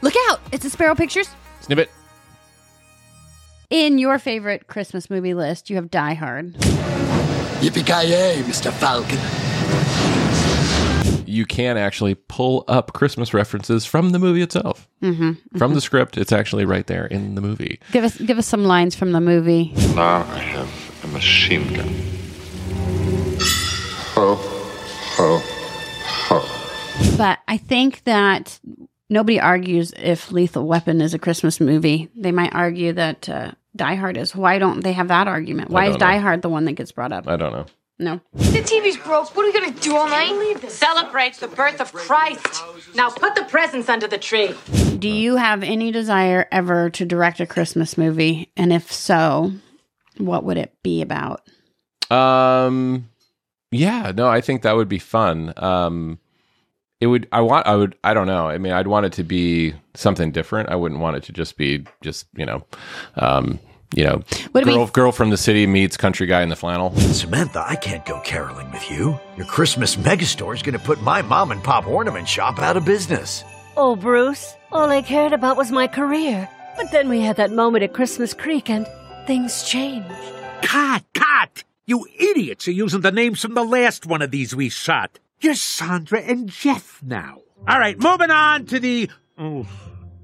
Look out! It's the Sparrow Pictures. Snippet. In your favorite Christmas movie list, you have Die Hard. Yippee-ki-yay, Mr. Falcon. You can actually pull up Christmas references from the movie itself. Mm-hmm. From the script, it's actually right there in the movie. Give us give us some lines from the movie. Now I have a machine gun. Ho, ho, ho. But I think that nobody argues if Lethal Weapon is a Christmas movie. They might argue that uh, Die Hard is. Why don't they have that argument? Why is don't know. Die Hard the one that gets brought up? I don't know. no. The TV's broke. What are we gonna do all night? Celebrate the birth of Christ. Now put the presents under the tree. Do you have any desire ever to direct a Christmas movie? And if so, what would it be about? Um, yeah, no, I think that would be fun. Um, it would. I want. I would. I don't know. I mean, I'd want it to be something different. I wouldn't want it to just be just you know, um, you know, Would it be- girl girl from the city meets country guy in the flannel. Samantha, I can't go caroling with you. Your Christmas megastore is going to put my mom and pop ornament shop out of business. Oh, Bruce, all I cared about was my career. But then we had that moment at Christmas Creek and things changed. Cut, cut! You idiots are using the names from the last one of these we shot. You're Sandra and Jeff now. All right, moving on to the. oof,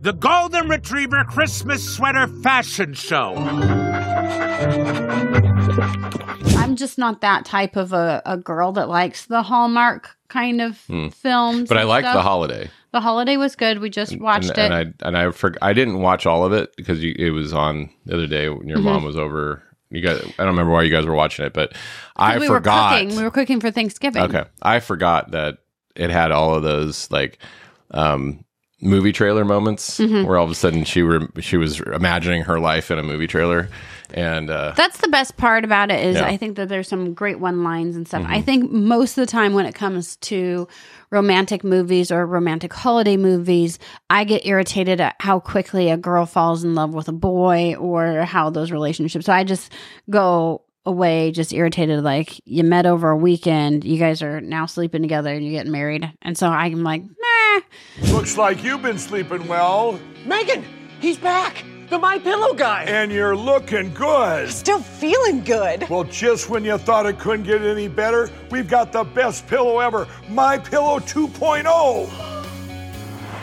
the Golden Retriever Christmas Sweater Fashion Show. I'm just not that type of a, a girl that likes the Hallmark kind of films. Hmm. But I and like the stuff. holiday. The holiday was good. We just watched it. and, and I and I for, I didn't watch all of it because you, it was on the other day when Mm-hmm. your mom was over. You guys, I don't remember why you guys were watching it, but I we forgot. were cooking. We were cooking for Thanksgiving. Okay. I forgot that it had all of those like um movie trailer moments Mm-hmm. where all of a sudden she were she was imagining her life in a movie trailer and uh That's the best part about it is Yeah. I think that there's some great one lines and stuff. I think most of the time when it comes to romantic movies or romantic holiday movies, I get irritated at how quickly a girl falls in love with a boy or how those relationships. So I just go away just irritated like you met over a weekend, you guys are now sleeping together and you're getting married. And so I'm like, nah. Looks like you've been sleeping well, Megan, he's back. The My Pillow guy. and you're looking good. Still feeling good. Well, just when you thought it couldn't get any better, we've got the best pillow ever, My Pillow oh. 2.0.